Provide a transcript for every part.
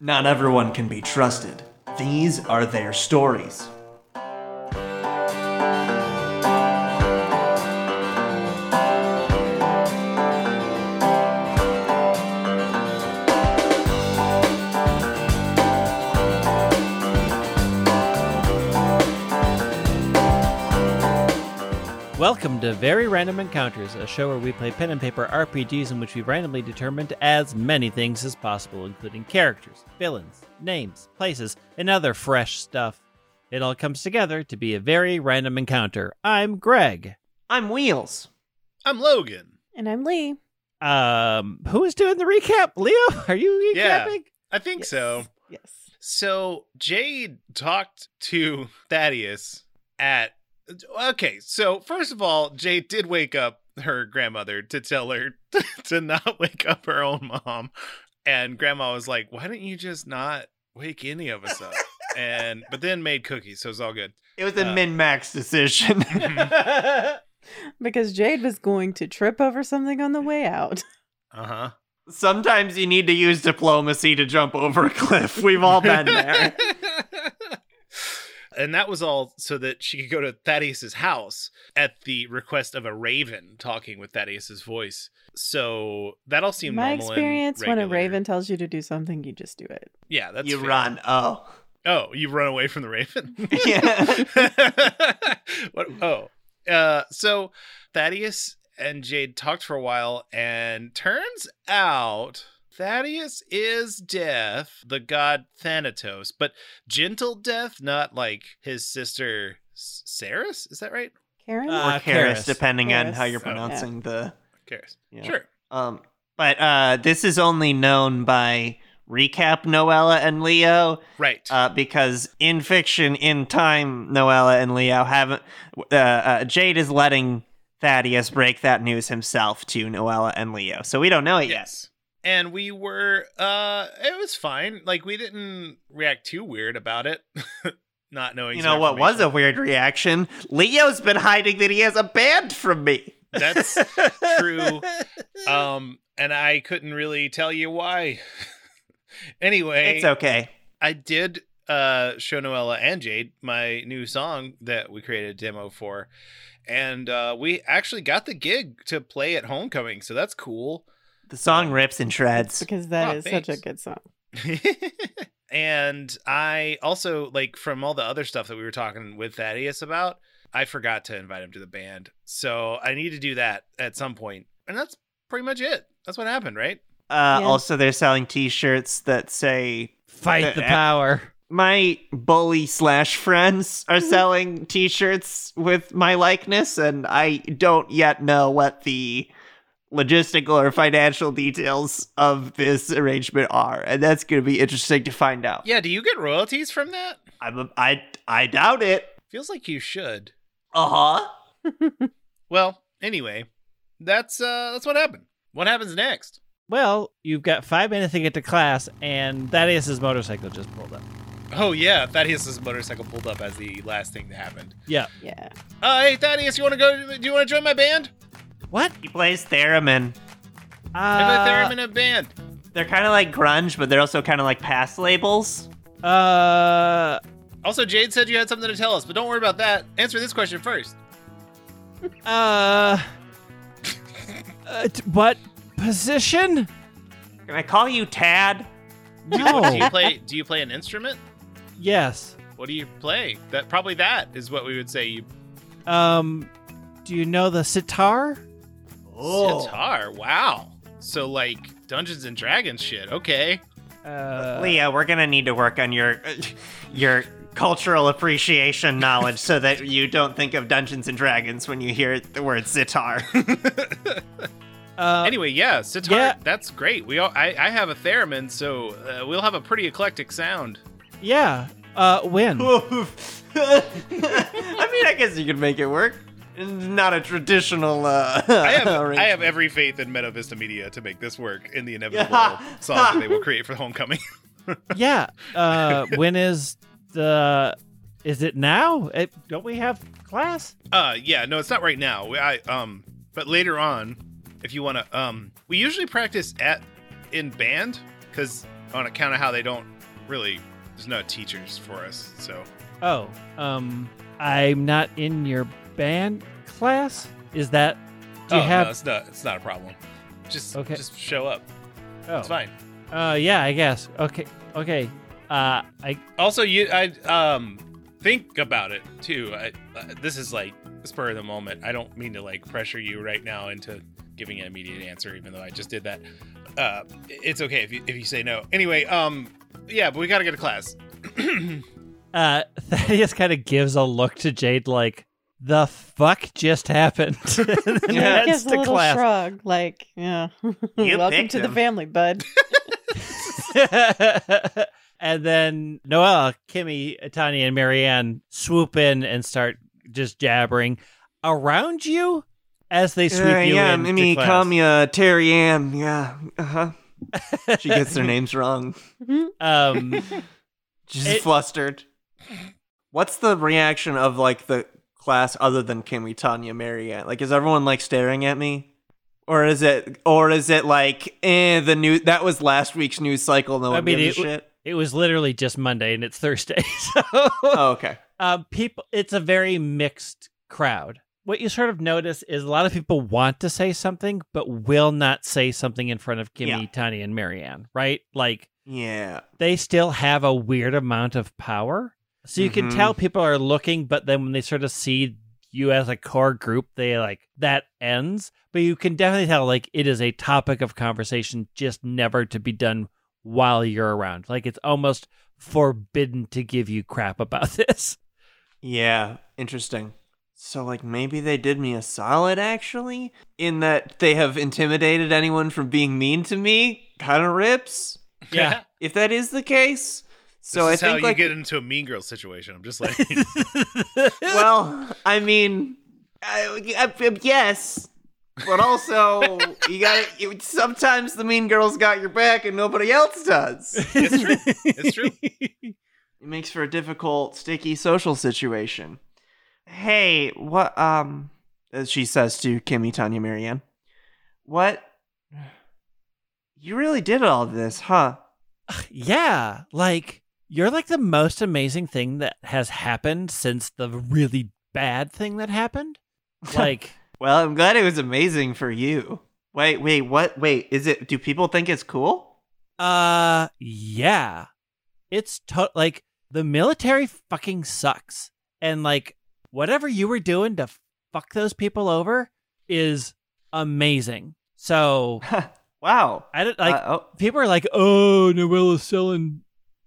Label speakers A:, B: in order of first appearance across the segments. A: Not everyone can be trusted. These are their stories.
B: Welcome to Very Random Encounters, a show where we play pen and paper RPGs in which we randomly determine as many things as possible, including characters, villains, names, places, and other fresh stuff. It all comes together to be a very random encounter. I'm Greg.
A: I'm Wheels.
C: I'm Logan.
D: And I'm Lee.
B: Um, who is doing the recap? Leo, are you recapping?
C: Yeah. I think so.
D: Yes.
C: So Jade talked to Thaddeus at. Okay, so first of all, Jade did wake up her grandmother to tell her to not wake up her own mom. And grandma was like, why don't you just not wake any of us up? and but then made cookies, so it's all good.
A: It was a
C: Uh,
A: min max decision.
C: uh
D: Because Jade was going to trip over something on the way out.
C: huh.
A: Sometimes you need to use diplomacy to jump over a cliff. We've all been there.
C: and that was all so that she could go to Thaddeus's house at the request of a raven talking with Thaddeus's voice. So that all seemed
D: My
C: normal and
D: experience when a
C: regular.
D: raven tells you to do something, you just do it.
C: Yeah, that's
A: you
C: fair.
A: run. Oh.
C: Oh, you run away from the raven.
A: Yeah.
C: what? Oh, uh, so Thaddeus and Jade talked for a while, and turns out Thaddeus is deaf, the god Thanatos, but gentle death, not like his sister S- Ceres. Is that right?
D: Karen?
B: Uh,
A: or Karis,
B: Karis.
A: depending on how you're
D: Karis.
A: pronouncing the.
C: Ceres.
A: Yeah.
C: Sure.
A: Um, but uh, this is only known by recap Noella and Leo.
C: Right.
A: uh, because in fiction, in time, Noella and Leo haven't. Uh, uh, Jade is letting Thaddeus break that news himself to Noella and Leo, so we don't know it yet.
C: yes. And we were. Uh, it was fine. Like we didn't react too weird about it. Not knowing
A: You
C: some
A: know what was a
C: information.
A: weird reaction? Leo's been hiding that he has a band from me.
C: that's true um and i couldn't really tell you why anyway
A: It's okay.
C: i did uh show noella and jade my new song that we created a demo for and uh we actually got the gig to play at homecoming so that's cool
A: The song rips and shreds.
D: Because that
C: Oh,
D: is such
C: thanks.
D: a good song.
C: and i also like from all the other stuff that we were talking with thaddeus about i forgot to invite him to the band so i need to do that at some point and that's pretty much it that's what happened right
A: Uh,
D: Yeah.
A: Also, they're selling T-shirts that say
B: Fight the power.
A: my bully slash friends are selling t-shirts with my likeness and i don't yet know what the logistical or financial details of this arrangement are and that's going to be interesting to find out
C: Yeah, do you get royalties from that?
A: i'm a, i i doubt it
C: Feels like you should.
A: uh-huh
C: Well, anyway, that's uh that's what happened. What happens next?
B: Well, you've got five minutes to get to class, and Thaddeus' motorcycle just pulled up.
C: Oh yeah, Thaddeus's motorcycle pulled up as the last thing that happened.
B: Yeah.
D: Yeah.
C: Uh, hey Thaddeus, you want to go? Do you want to join my band?
B: What?
A: he plays theremin
C: I
B: Uh,
C: am in a band.
A: they're kind of like grunge but they're also kind of like pass labels
B: uh,
C: Also, Jade said you had something to tell us, but don't worry about that. Answer this question first.
B: Uh, uh t- what position?
A: can i call you tad
C: What, do you
B: No.
C: play? Do you play an instrument?
B: yes.
C: What do you play? That probably that is what we would say. You
B: Um, do you know the sitar?
A: Oh.
C: sitar. Wow. So like Dungeons and Dragons shit. Okay.
B: Uh,
A: Leah, we're gonna need to work on your your cultural appreciation knowledge so that you don't think of Dungeons and Dragons when you hear the word sitar.
B: uh,
C: anyway, yeah, sitar.
B: yeah.
C: That's great. We all, I, I have a theremin, so uh, we'll have a pretty eclectic sound.
B: Yeah. Uh, when?
A: I mean, I guess you could make it work. Not a traditional. Uh,
C: I have I have every faith in Meta Vista Media to make this work in the inevitable
A: Yeah.
C: song that they will create for Homecoming.
B: yeah. Uh, when is the? Is it now? It, don't we have class?
C: Uh, yeah, no, it's not right now. We- I um, but later on, if you want to um, we usually practice at in band because on account of how they don't really there's no teachers for us. So
B: Oh, um, I'm not in your band class. Is that? Do you
C: oh,
B: have?
C: no, it's not it's not a problem. Just
B: Okay.
C: just show up.
B: oh,
C: It's fine.
B: Uh, yeah, I guess. Okay, okay. Uh, I
C: Also, you I um think about it too. I, uh, this is like spur of the moment. I don't mean to like pressure you right now into giving an immediate answer, even though I just did that. Uh, it's okay if you if you say no. Anyway, um, yeah, but we gotta go to class.
B: uh, Thaddeus kind of gives a look to Jade, like the fuck just happened. and then
A: Yeah.
D: He
B: heads
D: gives a
B: to
D: little
B: class.
D: shrug, like, yeah,
A: You
D: welcome
A: picked
D: to the
A: him.
D: family, bud.
B: and then Noelle, Kimmy, Tanya, and Marianne swoop in and start just jabbering around you as they sweep
A: Uh,
B: you
A: yeah,
B: into
A: Mimi,
B: class.
A: come, yeah, Terry Ann, yeah, uh huh. She gets their names wrong.
D: Mm-hmm.
B: um,
A: She's
B: It-
A: flustered. What's the reaction of like the class other than Kimmy, Tanya, Marianne? Like, is everyone like staring at me? Or is it, or is it like, eh, the new that was last week's news cycle? No
B: I
A: one
B: mean,
A: gives a
B: it-
A: shit.
B: it was literally just Monday, and it's Thursday, so
A: Oh, okay.
B: um, people it's a very mixed crowd what you sort of notice is a lot of people want to say something but will not say something in front of kimmy
A: Yeah.
B: tanya and marianne right like
A: Yeah.
B: they still have a weird amount of power so you
A: Mhm.
B: can tell people are looking but then when they sort of see you as a core group they like that ends but you can definitely tell like it is a topic of conversation just never to be done while you're around like it's almost forbidden to give you crap about this
A: Yeah, interesting. So, like, maybe they did me a solid, actually, in that they have intimidated anyone from being mean to me. Kind of rips,
B: Yeah.
A: if that is the case. So
C: this
A: I
C: is how
A: think,
C: you
A: like,
C: get into a mean girl situation. I'm just like,
A: well, I mean, I, I- I- yes, but also you got to Sometimes the mean girls got your back, and nobody else does.
C: it's true. It's true.
A: It makes for a difficult, sticky social situation. Hey, what, um, as she says to Kimmy, Tanya, Marianne, what? You really did all this, huh?
B: yeah, like you're like the most amazing thing that has happened since the really bad thing that happened. Like,
A: Well, I'm glad it was amazing for you. Wait, wait, what? Wait, is it, do people think it's cool?
B: uh, yeah, it's to- like the military fucking sucks, and like whatever you were doing to fuck those people over is amazing. So
A: wow.
B: I don't like
A: Uh, oh,
B: people are like, oh, Noella's selling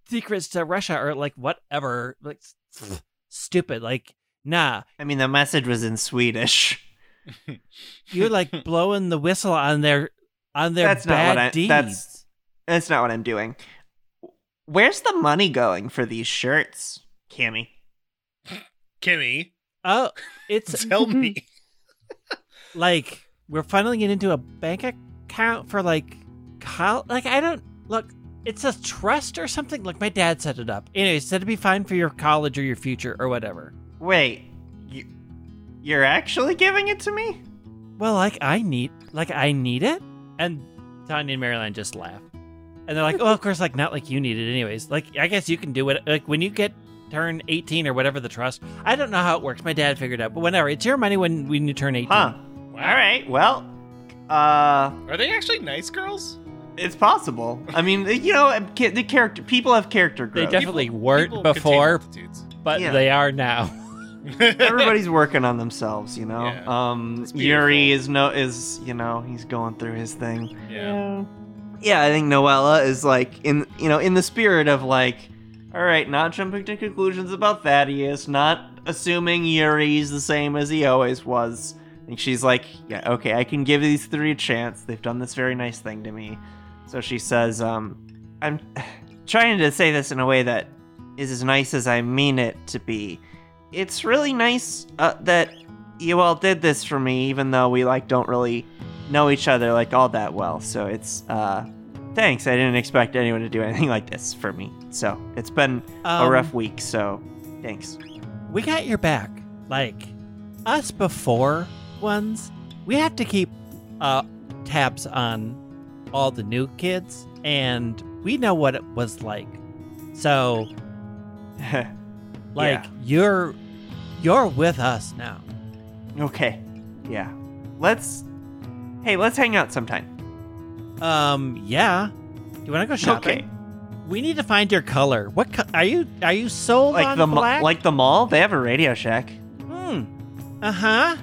B: secrets to Russia or like whatever, like s- stupid. Like, nah,
A: I mean, the message was in Swedish.
B: you're like blowing the whistle on their on their
A: That's not
B: bad
A: what I-
B: deeds.
A: that's- That's not what I'm doing. Where's the money going for these shirts, Cammy?
C: Kimmy,
B: Oh, it's
C: tell me.
B: like we're funneling it into a bank account for like col- like I don't look. It's a trust or something. Like my dad set it up. Anyways, that'd be fine for your college or your future or whatever.
A: Wait, you, you're actually giving it to me?
B: well like i need like i need it and tanya and maryland just laugh and they're like oh of course like not like you need it anyways like i guess you can do it like when you get turn 18 or whatever the trust i don't know how it works my dad figured it out but whenever it's your money when when you turn 18
A: Huh. All right. Well, uh,
C: Are they actually nice girls?
A: it's possible. I mean, you know, um, ca- the character people have character
B: they
A: growth.
B: definitely
C: People-
B: weren't
C: people contain
B: before
C: multitudes.
B: but
A: Yeah.
B: they are now
A: Everybody's working on themselves, you know.
C: Yeah.
A: um,
C: It's
A: Yuri
C: beautiful.
A: is no is you know he's going through his thing.
C: yeah.
A: yeah, I think Noella is like in you know in the spirit of like, all right, not jumping to conclusions about Thaddeus, not assuming Yuri's the same as he always was. And she's like, yeah, okay, I can give these three a chance. They've done this very nice thing to me. So she says, um, I'm trying to say this in a way that is as nice as I mean it to be. It's really nice uh, that you all did this for me, even though we like don't really know each other like all that well. So it's uh thanks. I didn't expect anyone to do anything like this for me. So it's been a
B: Um,
A: rough week, so thanks.
B: we got your back. Like us before ones, we have to keep uh, tabs on all the new kids, and we know what it was like. So, like,
A: Yeah.
B: you're you're with us now.
A: okay. Yeah. Let's. Hey, let's hang out sometime.
B: Um, yeah. Do you want to go shopping?
A: Okay.
B: We need to find your color. What co- are you? Are you sold
A: Like
B: on
A: the ma-
B: black?
A: like the mall. They have a Radio Shack.
B: hmm. Uh huh.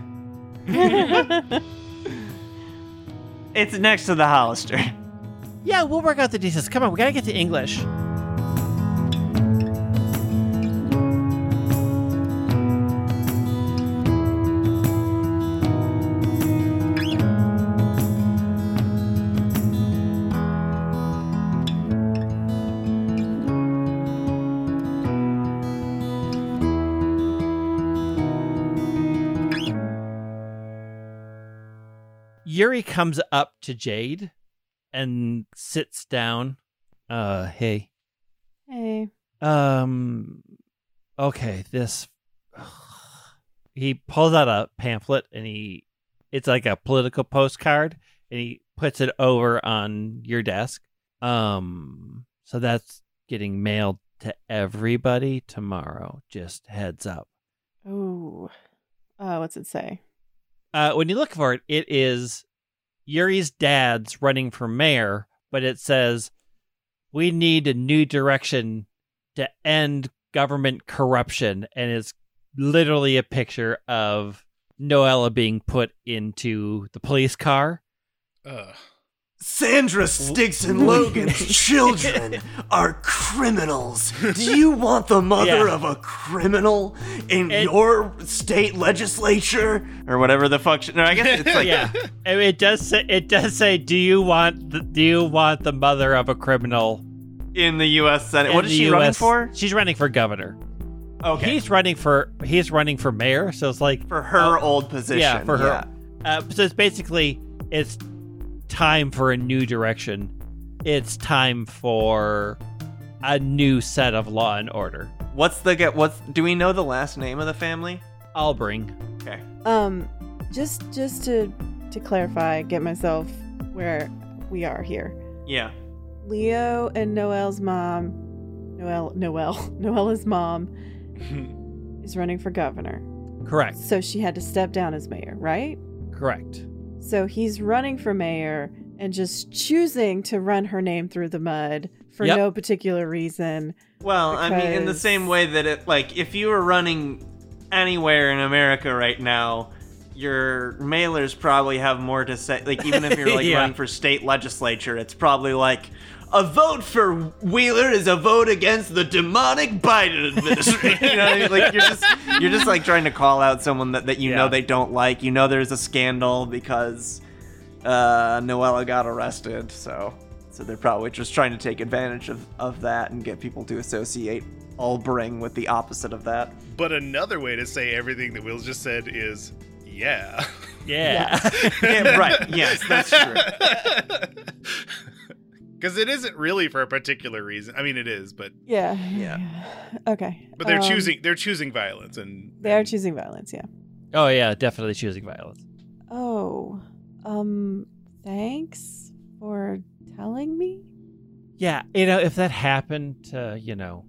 A: It's next to the Hollister.
B: Yeah, we'll work out the details. Come on, we gotta get to English. Yuri comes up to Jade and sits down. Uh, hey.
D: hey,
B: Um, okay, this. He pulls out a pamphlet and he, it's like a political postcard, and he puts it over on your desk. Um, so that's getting mailed to everybody tomorrow. Just heads up.
D: ooh, uh, what's it say?
B: Uh, when you look for it, it is Yuri's dad's running for mayor, but it says, "We need a new direction to end government corruption," and it's literally a picture of Noella being put into the police car.
C: Ugh.
E: Sandra Sticks and Logan's children are criminals. Do you want the mother
B: Yeah.
E: of a criminal in
B: And-
E: your state legislature?
A: or whatever the fuck. No, I guess it's like
B: Yeah, And it does say it does say, "Do you want the, do you want the mother of a criminal?"
A: in the U.S. Senate.
B: in
A: what is
B: the
A: she running
B: US?
A: for?
B: She's running for governor.
A: Okay,
B: He's running for he's running for mayor, so it's like
A: for her old position.
B: Oh, Yeah, for her. Uh, so it's basically it's time for a new direction. It's time for a new set of law and order.
A: What's the ge- what's? Do we know the last name of the family?
B: I'll bring.
A: Okay.
D: Um, just just to to clarify, get myself where we are here.
A: Yeah.
D: Leo and Noelle's mom, Noelle, Noelle, Noella's mom is running for governor,
B: Correct.
D: so she had to step down as mayor, right?
B: Correct.
D: So he's running for mayor and just choosing to run her name through the mud for
B: Yep.
D: no particular reason.
A: Well, I mean, in the
D: Because-
A: same way that it like if you were running anywhere in America right now, your mailers probably have more to say. Like even if you're like
B: Yeah.
A: running for state legislature, it's probably like. A vote for Wheeler is a vote against the demonic Biden administration. you know what I mean? Like you're just you're just like trying to call out someone that, that you know
B: Yeah.
A: they don't like. You know there's a scandal because uh, Noella got arrested, so so they're probably just trying to take advantage of, of that and get people to associate Albring with the opposite of that.
C: But another way to say everything that Will just said is, yeah.
B: Yeah.
A: Yeah, right, yes, that's true.
C: Because it isn't really for a particular reason. I mean, it is, but
D: Yeah.
A: Yeah.
D: Okay.
C: but they're
D: Um,
C: choosing they're choosing violence and
D: They are
C: and-
D: choosing violence. Yeah.
B: oh yeah, definitely choosing violence.
D: Oh. Um. Thanks for telling me.
B: Yeah, you know, if that happened to, you know,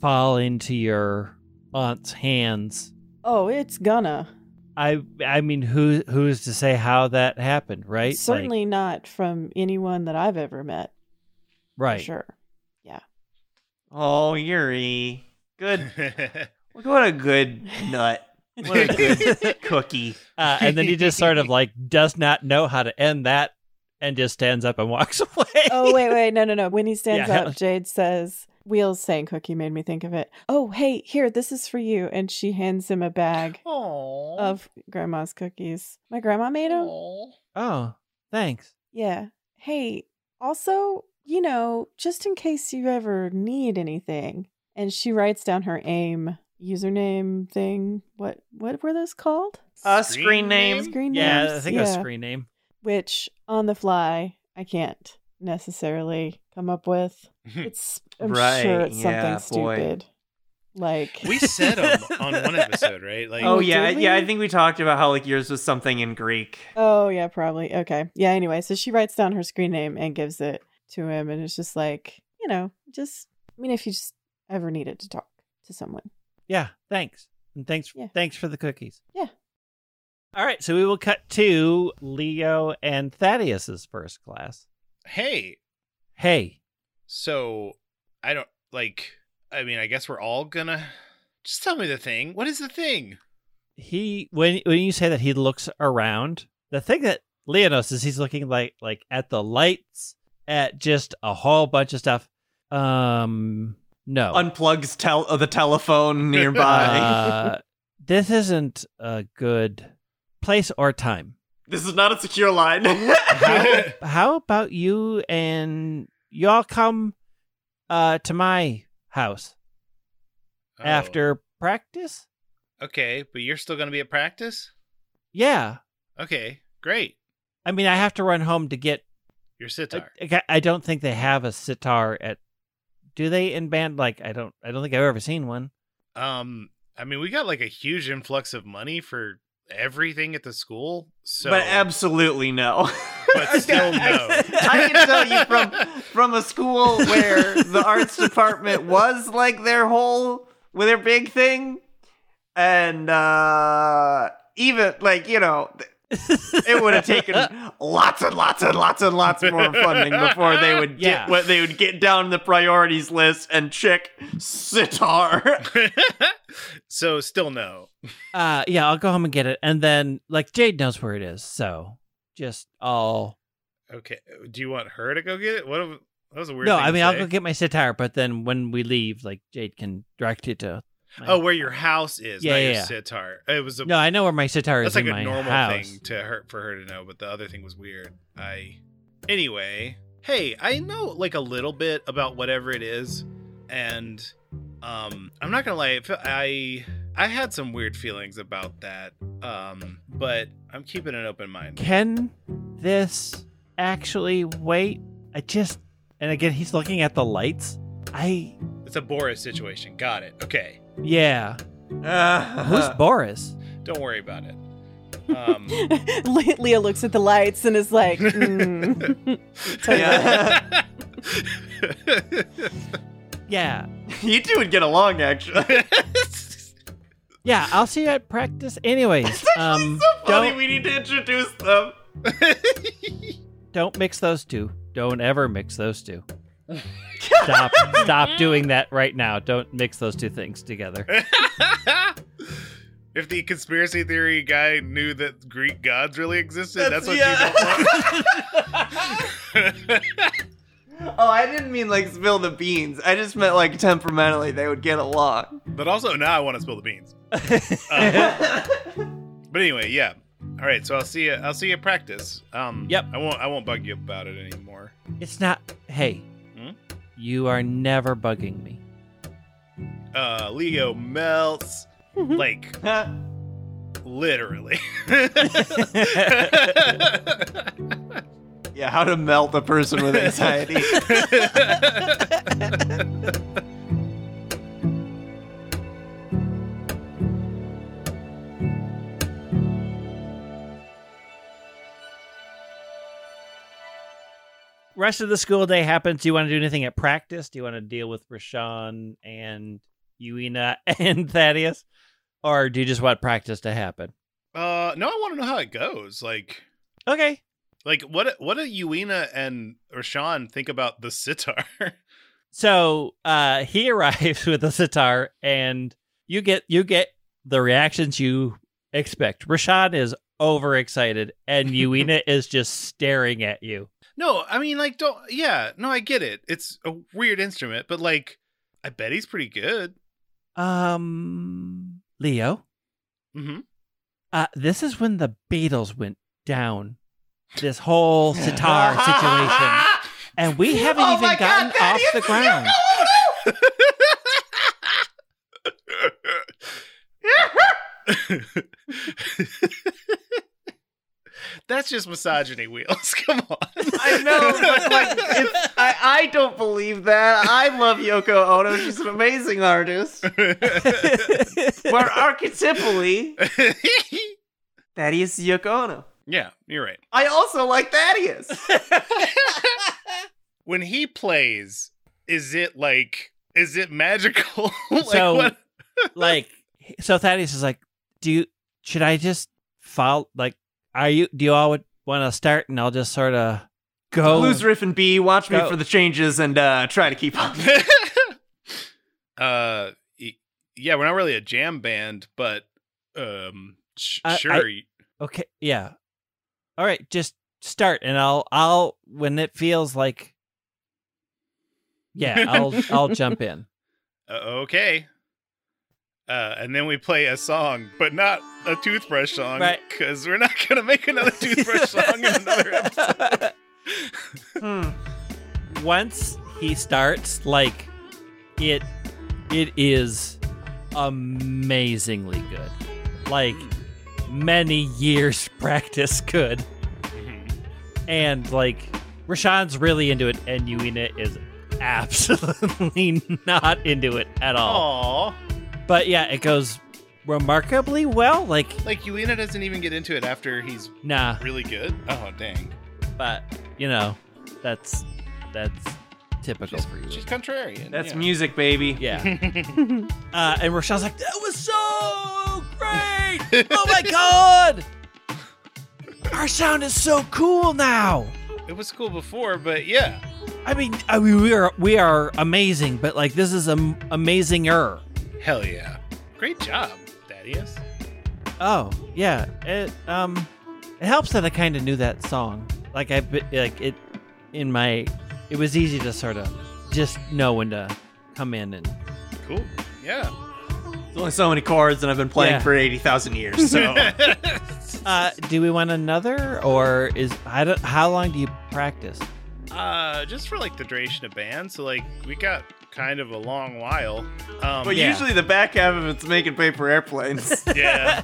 B: fall into your aunt's hands,
D: Oh, it's gonna
B: I I mean who who's to say how that happened, right? Like-
D: certainly not from anyone that I've ever met. for
B: right.
D: Sure.
A: Oh, Yuri. Good. Look, What a good nut. What a good cookie.
B: Uh, and then he just sort of like does not know how to end that and just stands up and walks away.
D: oh wait, wait, no, no, no. When he stands
B: Yeah.
D: up, Jade says, "Wheels saying cookie made me think of it." Oh, hey, here, this is for you, and she hands him a bag
C: Aw.
D: of grandma's cookies. My grandma made them.
C: Aw.
B: Oh, thanks.
D: Yeah. Hey, also, you know, just in case you ever need anything, and she writes down her AIM username thing. What what were those called?
A: Uh, screen name?
D: Screen
B: Yeah,
D: names.
B: I think a screen name.
D: Which on the fly, I can't necessarily come up with. It's I'm sure
A: Right,
D: it's something
A: yeah, boy.
D: stupid. Like
C: we said 'em on one episode, right? Like,
A: Oh
D: Oh,
A: yeah,
D: did
A: yeah,
D: we?
A: I think we talked about how like yours was something in Greek.
D: Oh yeah, probably. Okay. Yeah, anyway, so she writes down her screen name and gives it to him, and it's just like you know, just I mean, if you just ever needed to talk to someone,
B: Yeah, thanks. And thanks
D: Yeah.
B: thanks for the cookies.
D: Yeah.
B: All right, so we will cut to Leo and Thaddeus's first class.
C: Hey,
B: Hey,
C: so I don't like. I mean, I guess we're all gonna just tell me the thing. What is the thing?
B: he when when you say that he looks around, the thing that Leo knows is he's looking like like at the lights, at just a whole bunch of stuff. Um no.
A: Unplugs tel- uh, the telephone nearby.
B: Uh, this isn't a good place or time.
E: This is not a secure line.
B: How, how about you and y'all come uh, to my house
C: Oh,
B: after practice?
C: Okay, but you're still gonna be at practice.
B: Yeah.
C: Okay, great.
B: I mean, I have to run home to get.
C: Your
B: I,
C: sitar.
B: I- I don't think they have a sitar at. Do they in band? Like, I don't. I don't think I've ever seen one.
C: Um, I mean, we got like a huge influx of money for everything at the school. So,
A: But
B: um,
A: absolutely no.
C: But still no.
A: I can tell you from from a school where the arts department was like their whole with their big thing, and uh even like you know it would have taken lots and lots and lots and lots more funding before they would get
B: Yeah.
A: what they would get down the priorities list and check sitar.
C: so still no.
B: Uh, yeah, I'll go home and get it, and then like Jade knows where it is, so just I'll.
C: Okay. Do you want her to go get it? What? A, that was a weird.
B: no,
C: thing
B: I
C: to
B: mean I'll
C: say.
B: go get my sitar, but then when we leave, like Jade can direct you to. my-
C: Oh, where your house is,
B: Yeah,
C: not
B: yeah,
C: your
B: yeah.
C: sitar. It was a
B: No, I know where my sitar
C: that's
B: is
C: like
B: in
C: a
B: my
C: normal
B: house.
C: thing to her for her to know, but the other thing was weird. I anyway. Hey, I know like a little bit about whatever it is, and um, I'm not gonna lie. I feel- I I had some weird feelings about that, um, but I'm keeping an open mind.
B: Can this actually wait? I just and again he's looking at the lights. I
C: It's a Boris situation. Got it. Okay.
B: yeah.
A: Uh, Uh-huh.
B: Who's Boris?
C: Don't worry about it. Um,
D: Le- Leah looks at the lights and is like, mm.
A: Yeah.
B: Yeah.
A: you two would get along actually.
B: Yeah, I'll see you at practice anyways. Um
A: Funny,
B: don't
A: we need to introduce them.
B: don't mix those two. Don't ever mix those two. Stop stop doing that right now. Don't mix those two things together.
C: if the conspiracy theory guy knew that Greek gods really existed, that's,
A: That's-
C: what you don't want.
A: Oh, I didn't mean like spill the beans. I just meant like temperamentally they would get along.
C: but also now I want to spill the beans. Uh,
A: yeah,
C: but anyway, yeah. All right, so I'll see you. I'll see you at practice. Um,
B: Yep.
C: I won't. I won't bug you about it anymore.
B: It's not hey.
C: Hmm?
B: You are never bugging me.
C: Uh, Leo melts like literally.
A: how to melt a person with anxiety.
B: rest of the school day happens. Do you want to do anything at practice? Do you want to deal with Rashawn and Uina and Thaddeus? Or do you just want practice to happen?
C: Uh, no, I want to know how it goes. Like,
B: Okay.
C: like what what do Uena and Rashawn think about the sitar?
B: So uh he arrives with a sitar and you get you get the reactions you expect. Rashawn is overexcited and Uina is just staring at you.
C: no, I mean like don't. Yeah, no, I get it. It's a weird instrument, but like, I bet he's pretty good.
B: Um Leo,
C: Mm-hmm.
B: uh this is when the Beatles went down. This whole sitar situation. and we haven't
A: Oh
B: even
A: my God,
B: gotten off
A: Thaddeus,
B: the
A: you
B: ground.
C: That's just misogyny wheels. Come on.
A: I know, but like, it's, I, I don't believe that. I love Yoko Ono. She's an amazing artist. But archetypally, Thaddeus is Yoko Ono.
C: yeah, you're right.
A: I also like Thaddeus.
C: when he plays, is it like is it magical? like
B: So- like so Thaddeus is like, do you should I just follow like are you do you all want to start and I'll just sort of go
A: Blues Riff and B, watch me
B: Go.
A: for the changes and uh, try to keep up.
C: uh y- yeah, we're not really a jam band, but um sh-
B: Uh, I- I-
C: sure.
B: okay yeah all right just start and I'll I'll when it feels like yeah I'll I'll jump in
C: uh, okay. Uh, and then we play a song, but not a toothbrush song,
B: Right.
C: because we're not gonna make another toothbrush song in another episode.
A: Hmm.
B: once he starts like it it is amazingly good like many years practice good and like Rashawn's really into it and Yuina is absolutely not into it at all
C: Aww,
B: but yeah it goes remarkably well like
C: like Yuina doesn't even get into it after he's
B: nah
C: really good. Oh dang,
B: but you know that's that's typical
C: she's,
B: for you
C: she's contrarian.
A: That's
C: yeah.
A: music, baby.
B: yeah
C: music.
B: Uh, and Rochelle's like, that was so great! Oh my god! Our sound is so cool now.
C: it was cool before, but yeah,
B: I mean, I mean, we are we are amazing, but like this is am- amazinger.
C: hell yeah, great job, Thaddeus.
B: Oh yeah, it um, it helps that I kind of knew that song. Like I be- like it in my, it was easy to sort of just know when to come in and
C: Cool, yeah.
A: There's only so many chords, and I've been playing
B: Yeah.
A: for 80,000 years, so.
B: Uh, do we want another, or is I don't? How long do you practice?
C: uh, just for like the duration of band, so like we got kind of a long while. Um,
A: but
B: yeah.
A: usually the back half of it's making paper airplanes.
C: yeah,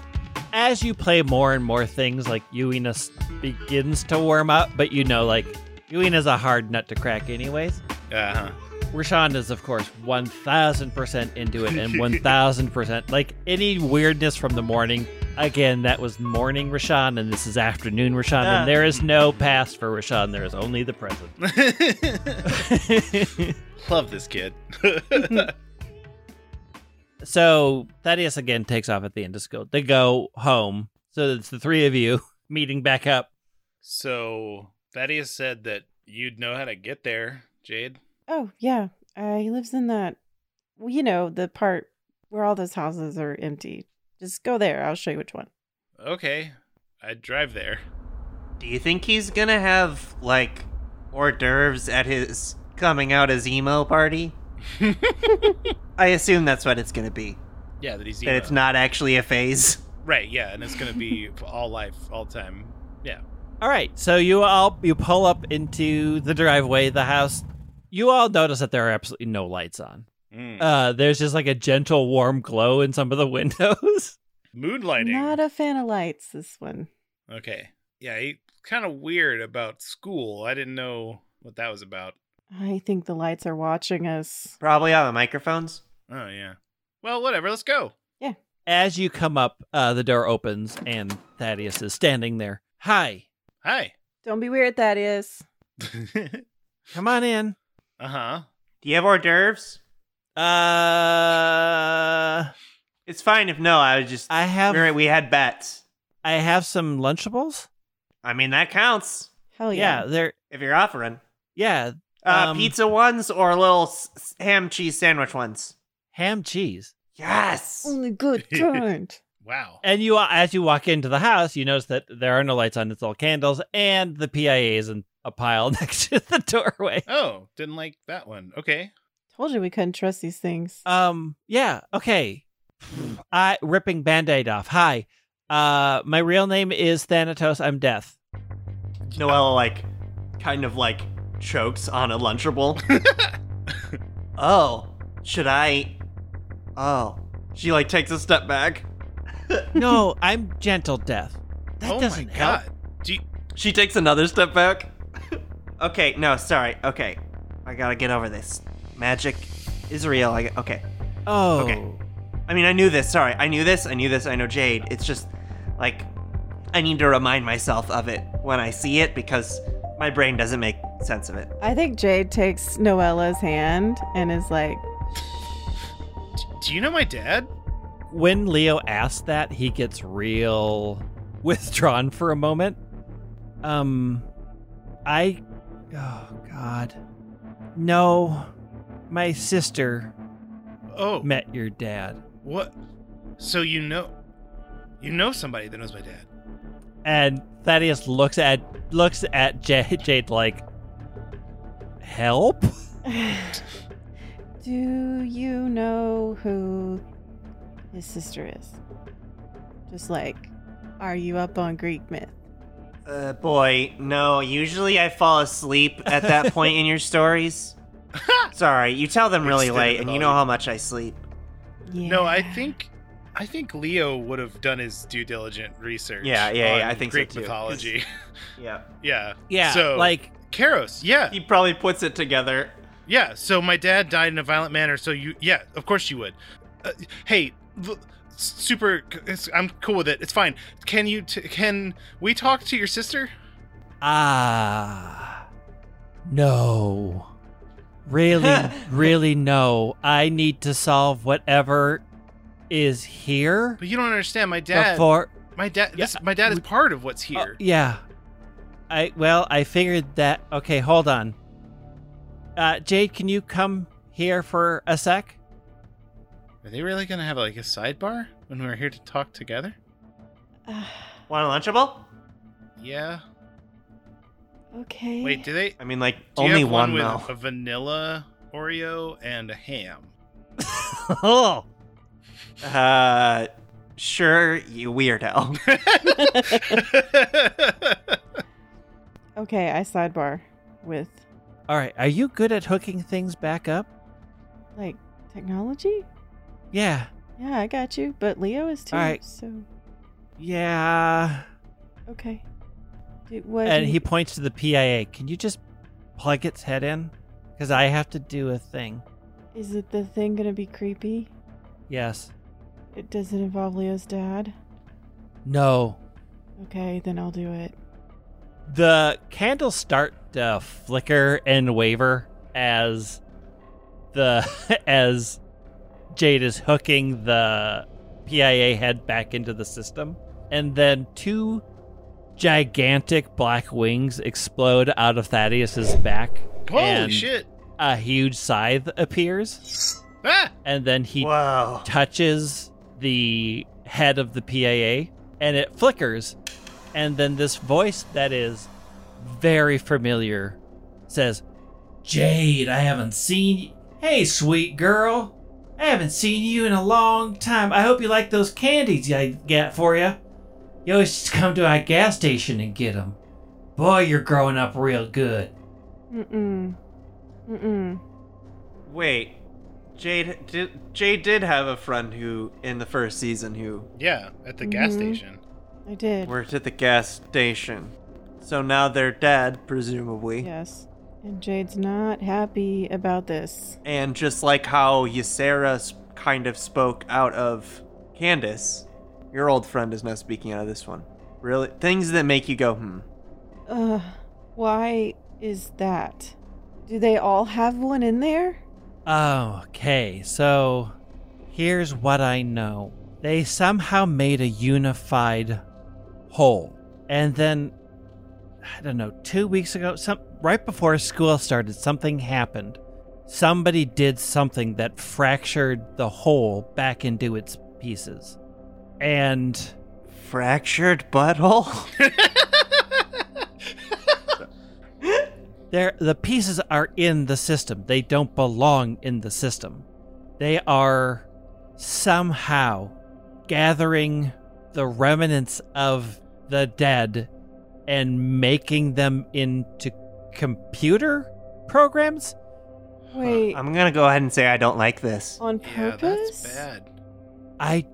B: As you play more and more things, like Uina s- begins to warm up, but you know, like Uina's a hard nut to crack, anyways.
C: uh-huh.
B: Rashawn is, of course, one thousand percent into it, and one thousand percent like any weirdness from the morning. Again, that was morning Rashawn, and this is afternoon Rashawn,
A: Ah.
B: and there is no past for Rashawn. There is only the present.
C: Love this kid. Mm-hmm.
B: So Thaddeus again takes off at the end to go to go home. So it's the three of you meeting back up.
C: so Thaddeus said that you'd know how to get there, Jade.
D: Oh, yeah. Uh, he lives in that, well, you know, the part where all those houses are empty. Just go there. I'll show you which one.
C: Okay, I'd drive there.
A: Do you think he's gonna have, like, hors d'oeuvres at his coming out as emo party? I assume that's what it's gonna be.
C: Yeah, that he's
A: That it's
C: emo.
A: not actually a phase.
C: Right, yeah, and it's gonna be all life, all time. Yeah.
B: All right, so you all you pull up into the driveway, the house. You all notice that there are absolutely no lights on.
C: Mm.
B: Uh, there's just like a gentle warm glow in some of the windows.
C: Moonlighting.
D: Not a fan of lights, this one.
C: okay. Yeah, he kind of weird about school. I didn't know what that was about.
D: I think the lights are watching us.
A: Probably on the microphones.
C: Oh yeah. Well, whatever. Let's go.
B: As you come up, uh, the door opens and Thaddeus is standing there. Hi,
C: Hi.
D: Don't be weird, that is.
B: come on in.
C: uh huh.
A: Do you have hors d'oeuvres?
B: Uh,
A: It's fine if no, I was just.
B: I
A: we were-
B: have
A: we had bets.
B: I have some Lunchables.
A: I mean, that counts
D: Hell
B: yeah,
D: yeah.
B: they're
A: if you're offering.
B: yeah
A: Oh, Uh,
B: Um,
A: pizza ones or little s- s- ham cheese sandwich ones?
B: ham cheese.
A: Yes!
D: Only good kind.
C: Wow.
B: And you, as you walk into the house, you notice that there are no lights on. It's all candles, and the PIA is in a pile next to the doorway.
C: Oh, didn't like that one. Okay.
D: Told you we couldn't trust these things.
B: Um, yeah, okay. I ripping band-aid off. Hi. Uh my real name is Thanatos. I'm death.
A: Noella like kind of like chokes on a lunchable. oh, should I? Oh, she like takes a step back.
B: No, I'm gentle death. That
C: oh
B: doesn't
C: my
B: help.
C: god. Do you-
A: She takes another step back. okay, no, sorry. Okay, I gotta get over this. Magic is real. I okay.
B: Oh.
A: Okay. I mean, I knew this. Sorry, I knew this. I knew this. I know Jade. It's just like I need to remind myself of it when I see it because my brain doesn't make sense of it.
D: I think Jade takes Noella's hand and is like,
C: Do you know my dad?
B: When Leo asks that, he gets real withdrawn for a moment. Um, I. Oh, God. No. My sister
C: Oh,
B: met your dad.
C: what? So you know, you know somebody that knows my dad.
B: and Thaddeus looks at looks at Jade, Jade like help.
D: Do you know who his sister is? Just like, are you up on Greek myth?
A: Uh, boy, no. Usually I fall asleep at that point in your stories. Sorry, you tell them really
C: Extended
A: late, and you know
C: volume.
A: how much I sleep.
D: Yeah.
C: No, I think, I think Leo would have done his due diligent research.
A: Yeah, yeah, yeah,
C: on
A: I think so
C: Greek
A: too, 'cause-
C: mythology.
A: Yeah.
C: yeah,
B: Yeah,
C: So
B: like
C: Karos. Yeah,
A: He probably puts it together.
C: yeah. So my dad died in a violent manner. So you, yeah, of course you would. Uh, hey, l- super. It's, I'm cool with it. It's fine. Can you? T- can we talk to your sister?
B: ah no. Really, really no. I need to solve whatever is here
C: But you don't understand. My dad.
B: before
C: My dad.
B: Yeah,
C: This. My dad is
B: we-
C: part of what's
B: Oh,
C: here.
B: yeah. I well, I figured that. Okay, hold on. Uh, Jade, can you come here for a sec?
C: Are they really gonna have like a sidebar when we're here to talk together?
D: Ah,
A: Want a Lunchable?
C: Yeah.
D: okay.
C: Wait, do they?
A: I mean, like,
C: Do you
A: only
C: have
A: one,
C: one, with
A: though.
C: a vanilla Oreo and a ham.
B: oh.
A: Uh, sure, you weirdo.
D: okay, I sidebar with
B: All right, are you good at hooking things back up?
D: like technology.
B: Yeah.
D: Yeah, I got you. But Leo is too.
B: All right.
D: So
B: Yeah.
D: okay. Do, what
B: And
D: do
B: he
D: you-
B: points to the PIA. Can you just plug its head in? Because I have to do a thing.
D: is it the thing gonna be creepy?
B: Yes.
D: It does it involve Leo's dad?
B: No.
D: Okay, then I'll do it.
B: The candles start to flicker and waver as the as Jade is hooking the PIA head back into the system. And then two gigantic black wings explode out of Thaddeus's back.
C: Holy
B: and
C: shit!
B: a huge scythe appears,
C: Ah!
B: and then he
A: Whoa.
B: touches the head of the PAA, and it flickers, and then this voice that is very familiar says, "Jade, I haven't seen. You. Hey, sweet girl, I haven't seen you in a long time. I hope you like those candies I got for you. You always just come to our gas station and get them. Boy, you're growing up real good."
D: Mm-mm. Mm-mm.
A: Wait, Jade did, Jade did have a friend who, in the first season, who
C: Yeah, at the gas
D: Mhm.
C: station.
D: I did.
A: worked at the gas station. So now they're dead, presumably.
D: Yes. And Jade's not happy about this.
A: And just like how Ysera s- kind of spoke out of Candace, your old friend is now speaking out of this one. Really, things that make you go, hmm.
D: Ugh. Why is that? Do they all have one in there?
B: Okay, so here's what I know. They somehow made a unified whole. And then I don't know, 2 weeks ago, some right before school started, something happened. Somebody did something that fractured the whole back into its pieces. And
A: Fractured butthole?
B: They're, the pieces are in the system. They don't belong in the system. They are somehow gathering the remnants of the dead and making them into computer programs.
D: Wait,
A: I'm gonna go ahead and say I don't like this.
D: on
C: Yeah,
D: purpose?
C: that's bad.
B: I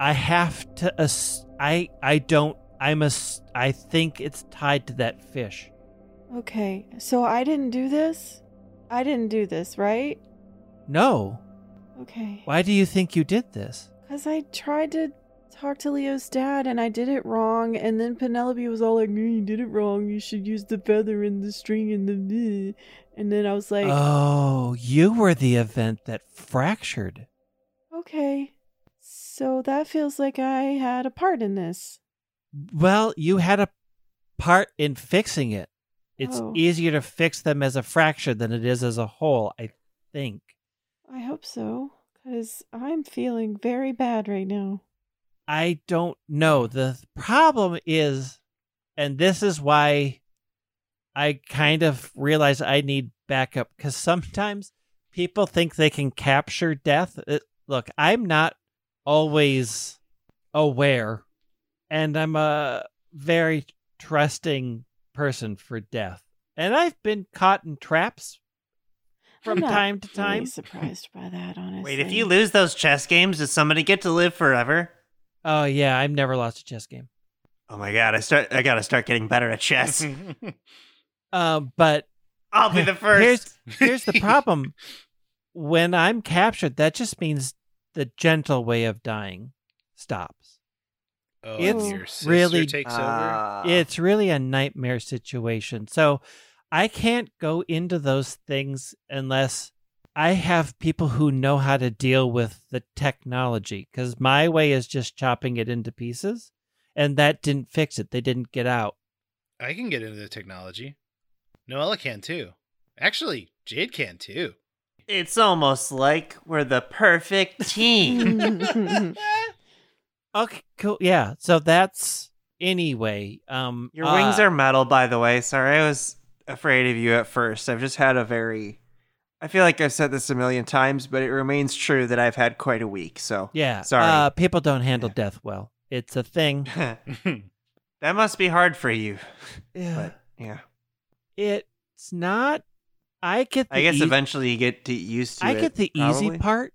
B: I have to ass- I I don't I'm a I think it's tied to that fish.
D: Okay, so I didn't do this? I didn't do this, right?
B: No.
D: Okay.
B: Why do you think you did this?
D: Because I tried to talked to Leo's dad and I did it wrong. And then Penelope was all like, no, you did it wrong. You should use the feather and the string and the. bleh." And then I was like,
B: oh, you were the event that fractured.
D: okay. So that feels like I had a part in this.
B: Well, you had a part in fixing it. It's
D: Oh.
B: easier to fix them as a fracture than it is as a whole, I think.
D: I hope so. Because I'm feeling very bad right now.
B: I don't know. The th- problem is, and this is why I kind of realize I need backup because sometimes people think they can capture death. It- look, I'm not always aware, and I'm a very trusting person for death. And I've been caught in traps from
D: I'm not
B: time to time.
D: really surprised by that, honestly.
A: Wait, if you lose those chess games, does somebody get to live forever?
B: Oh, yeah, I've never lost a chess game.
A: Oh my god, I start I gotta start getting better at chess.
B: Uh, but
A: I'll be the first.
B: Here's, here's the problem. when I'm captured, that just means the gentle way of dying stops.
C: oh,
B: It's
C: and your sister
B: really- uh,
C: takes
A: Ah.
B: it's really a nightmare situation. So I can't go into those things unless I have people who know how to deal with the technology because my way is just chopping it into pieces. And that didn't fix it. They didn't get out.
C: over. I can get into the technology. Noella can too. Actually, Jade can too.
A: it's almost like we're the perfect team.
B: Okay, cool. Yeah. So that's anyway. Um,
A: Your wings
B: uh,
A: are metal, by the way. Sorry, I was afraid of you at first. I've just had a very. I feel like I've said this a million times, but it remains true that I've had quite a week. So
B: Yeah.
A: Sorry.
B: Uh, people don't handle death well. It's a thing.
A: that must be hard for you. But yeah,
B: It's not. I get. The
A: I guess
B: ea-
A: eventually you get to used to
B: I
A: it.
B: get the easy
A: probably. Mm.
B: part.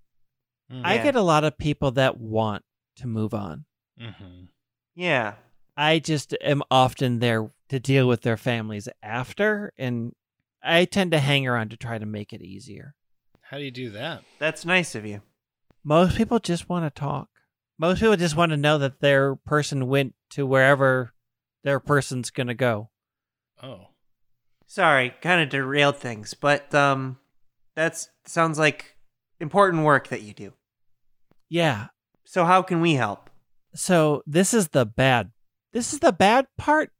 B: I
A: Yeah.
B: get a lot of people that want to move on.
C: Mhm.
A: Yeah,
B: I just am often there to deal with their families after, and I tend to hang around to try to make it easier.
C: How do you do that?
A: that's nice of you.
B: Most people just want to talk. Most people just want to know that their person went to wherever their person's going to go.
C: Oh.
A: Sorry, kind of derailed things, but um, that's sounds like important work that you do.
B: Yeah.
A: So how can we help?
B: so this is the bad this is the bad part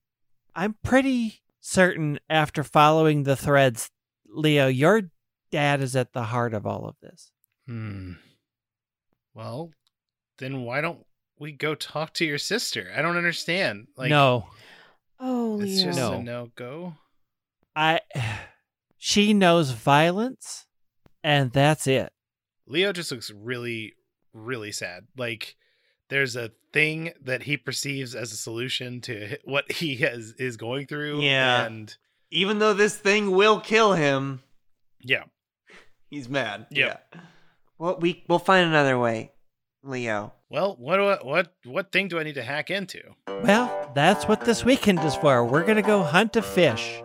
B: i'm pretty certain after following the threads leo your dad is at the heart of all of this
C: Hmm. Well, then why don't we go talk to your sister? I don't understand. Like,
B: no
D: oh,
C: it's
D: Leo.
C: just
B: No.
C: a no go.
B: i she knows violence and that's it
C: Leo just looks really, really sad. Like there's a thing that he perceives as a solution to what he has is going through.
A: Yeah.
C: and
A: Even though this thing will kill him,
C: yeah,
A: He's mad.
C: Yep.
A: Yeah. Well, we we'll find another way, Leo.
C: well, what do I, what what thing do I need to hack into?
B: well that's what this weekend is for we're gonna go hunt a fish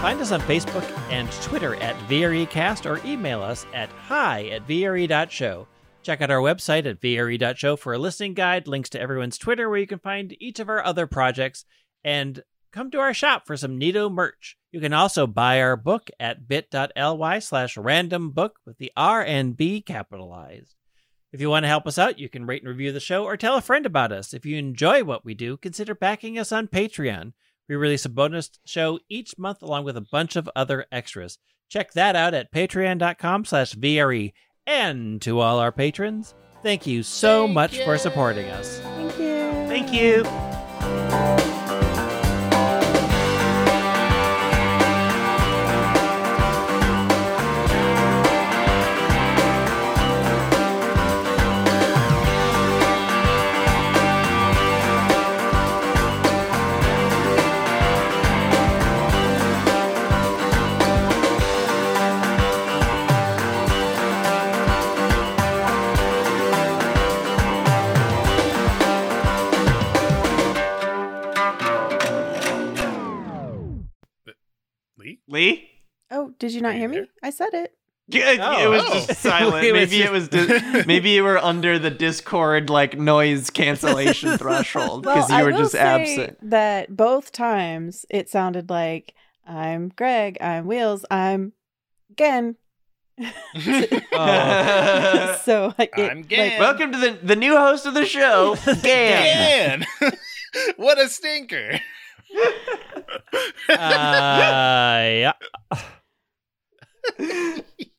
B: Find us on Facebook and Twitter at VREcast or email us at hi at VRE.show. Check out our website at VRE.show for a listening guide, links to everyone's Twitter where you can find each of our other projects, and come to our shop for some Neato merch. You can also buy our book at bit.ly slash random book with the R and B capitalized. If you want to help us out, you can rate and review the show or tell a friend about us. If you enjoy what we do, consider backing us on Patreon. We release a bonus show each month along with a bunch of other extras. Check that out at patreon.com slash VRE. And to all our patrons, thank you so much for supporting us.
D: Thank you.
A: Thank you. Lee?
D: Oh, did you not
C: Are you
D: hear me?
C: there?
D: I said it.
A: Yeah, it
B: Oh.
A: was
C: Oh.
A: just silent.
B: It was
A: maybe
B: just-
A: it was just, maybe you were under the Discord like noise cancellation threshold because
D: I
A: you were
D: will
A: just
D: say
A: absent.
D: That both times it sounded like I'm Greg, I'm Wheels, I'm Gen.
B: Oh.
D: so like, it,
C: I'm Gen.
A: Welcome to the the new host of the show, Dan.
C: Dan. what a stinker.
B: Uh, yeah.